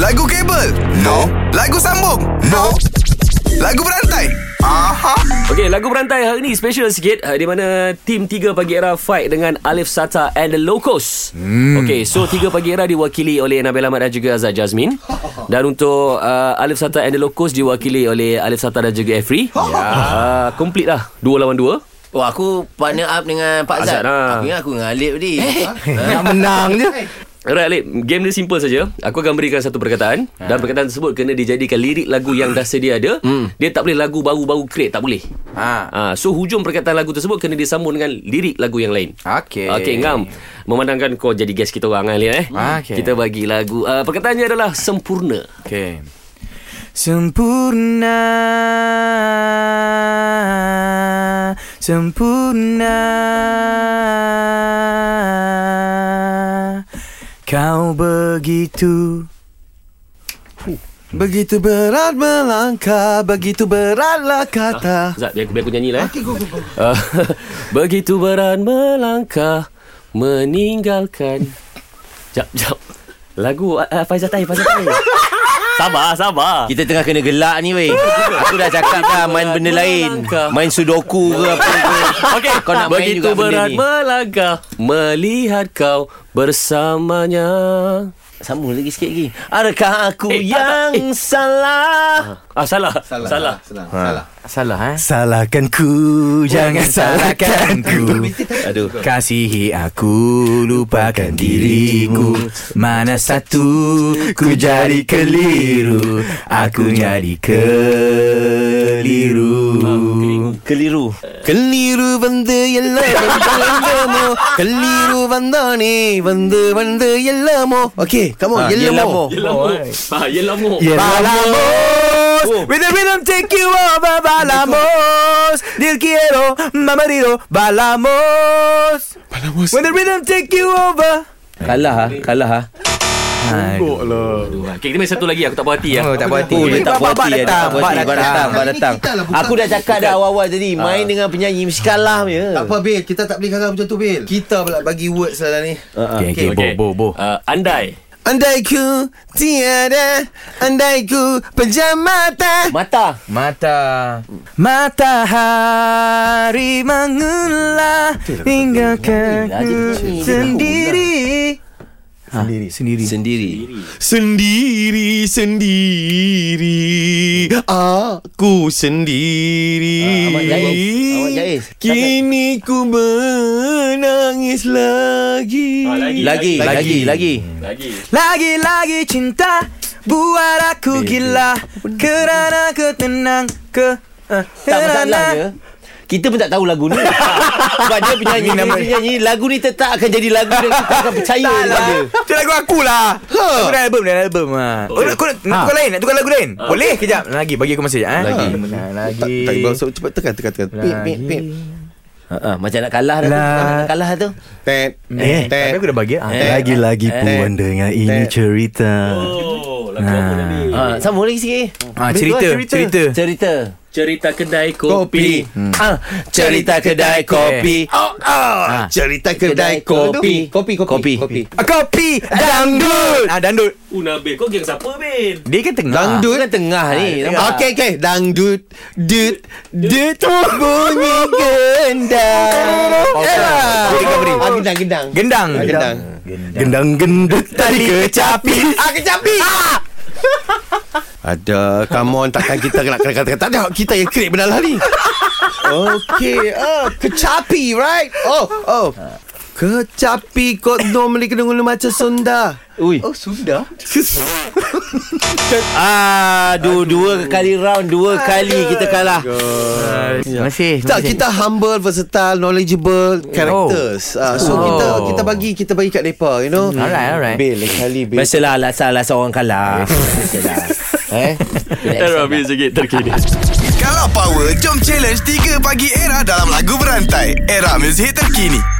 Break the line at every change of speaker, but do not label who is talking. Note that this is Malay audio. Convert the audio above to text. Lagu kabel? No. Lagu sambung? No. Lagu berantai? Aha.
Okey, lagu berantai hari ni special sikit uh, di mana tim 3 pagi era fight dengan Alif Sata and the Locos. Hmm. Okey, so 3 pagi era diwakili oleh Nabil Ahmad dan juga Azad Jazmin. Dan untuk uh, Alif Sata and the Locos diwakili oleh Alif Sata dan juga Efri. Ya. Uh, complete lah. Dua lawan dua.
Wah Oh, aku partner up dengan Pak
Azad
Zat.
lah.
Aku ingat aku dengan Alip
Eh?
tadi.
Nak menang je
Alright Alip, game dia simple saja. Aku akan berikan satu perkataan dan perkataan tersebut kena dijadikan lirik lagu yang dah sedia ada. Dia tak boleh lagu baru-baru create, tak boleh.
ha.
Ah, so hujung perkataan lagu tersebut kena disambung dengan lirik lagu yang lain.
Okey. Ah,
Okey, ngam. Memandangkan kau jadi guest kita orang Ali eh.
Okey.
Kita bagi lagu. Uh, perkataannya adalah sempurna.
Okay. Sempurna Sempurna Kau begitu
Begitu berat melangkah Begitu beratlah kata
Zat, biar aku, biar aku nyanyi lah. Okay, go, go, go. begitu berat melangkah meninggalkan. Jap, jap. Lagu uh, Faizal Tai, Faizal Tai. sabar, sabar.
Kita tengah kena gelak ni weh Aku dah cakap dah main benda lain Main sudoku ke apa ke
Okey,
Kau nak main
begitu
juga benda
berat
ni
melangkah melihat kau bersamanya.
Sambung lagi sikit lagi Adakah aku
Eh, tak,
yang salah
Ah salah. Salah. salah.
Salah eh
Salahkan ku Jangan salahkan ku
Aduh
Kasihi aku Lupakan diriku Mana satu Ku jadi keliru Aku jadi keliru
Keliru
Keliru benda yellow Benda yellamo Keliru benda ni Benda benda yellamo Okay come on
Ah,
yellamo
Yelamo. Ah, yelamo.
Balamos With the rhythm take you over Balamos Dir quiero mamarido Balamos Balamos When the rhythm take you over Kalah ha Kalah ha
Okey, kita Ah, main satu lagi aku tak puas hati ya.
Oh, tak puas hati. ya,
Oh, dia tak puas
Bak- bak
hati. eh, Dia
datang,
tak puas
bak
hati. Bak
datang.
datang, bak datang.
lah,
Aku dah cakap dah awal-awal tadi. Main dengan penyanyi mesti kalah je.
Tak apa Bil Kita tak boleh garang macam tu Bil Kita pula bagi words lah ni
Okay Ah, okay Eh, bo bo bo
Uh, andai.
Andai ku tiada Andai ku pejam mata
Mata.
Mata Matahari mengulah Tinggalkan
Lagu tu
ku
sendiri.
sendiri Ha. Sendiri Sendiri
Sendiri.
Sendiri Sendiri Aku sendiri
Ah, Ahmad Jais. Ahmad Jais.
Kini ku menangis lagi
Lagi, lagi, lagi.
Lagi.
Lagi-lagi cinta Buat aku gila Kerana ku tenang ke eh,
Tak masalah je. Kita pun tak tahu lagu ni. Sebab dia penyanyi, dia penyanyi. Lagu ni tetap akan jadi lagu dan kita akan percaya dengan dia.
Itu lagu aku lah
Ha.
Aku dah album Dah album ha. Oh, nak- kau nak nak tukar lain Nak tukar lagu lain Boleh kejap Lagi bagi aku masa kejap eh? Lagi Lagi
Ah. Tak ibu so, cepat tekan tekan tekan Pip pip pip
Ha, ha, macam nak kalah dah tu.
Lah.
Macam nak kalah tu.
Tet
Eh, tapi aku dah bagi ah. Lagi-lagi
Eh.
puan dengar ini cerita
Oh, lagu apa tadi?
Ha, sambung lagi sikit.
Ah, cerita,
Betul,
cerita.
Cerita.
Cerita kedai
Kopi
kopi.
Ah, cerita kedai kopi.
Eh.
Oh, oh.
Ah.
Cerita
Kedai
kedai, kopi.
kopi. Kopi.
kopi.
Ah, Ha. Kopi Dangdut Ah, Dangdut
Una Bin, kau geng siapa Bin?
Dia kan tengah
Dangdut
Dangdut. Ah,
kan tengah ni. nampak?
Okey okey dangdut dut dut bunyi gendang.
Beri, kau beri.
Ah, gendang gendang.
Gendang
Ah, Gendang.
Gendang gendut Tali kecapi Ah kecapi
Ada come on takkan kita nak kena kata tak ada kita yang create benda lah ni. Okey, oh, kecapi right? Oh, oh. Kecapi kot dom beli kena guna macam sonda.
Ui.
Oh, sonda. Ah,
Aduh, dua kali round, dua kali kita kalah.
Masih
Tak kita humble, versatile, knowledgeable characters. Oh. Uh, so
Oh.
kita kita bagi kita bagi kat depa, you know.
Hmm. Alright, alright.
Bil lain kali bil.
Biasalah alasan-alasan orang kalah. Biasalah. eh?
Rabi sikit terkini.
Kalau power, jom challenge 3 pagi era dalam lagu berantai. Era muzik terkini.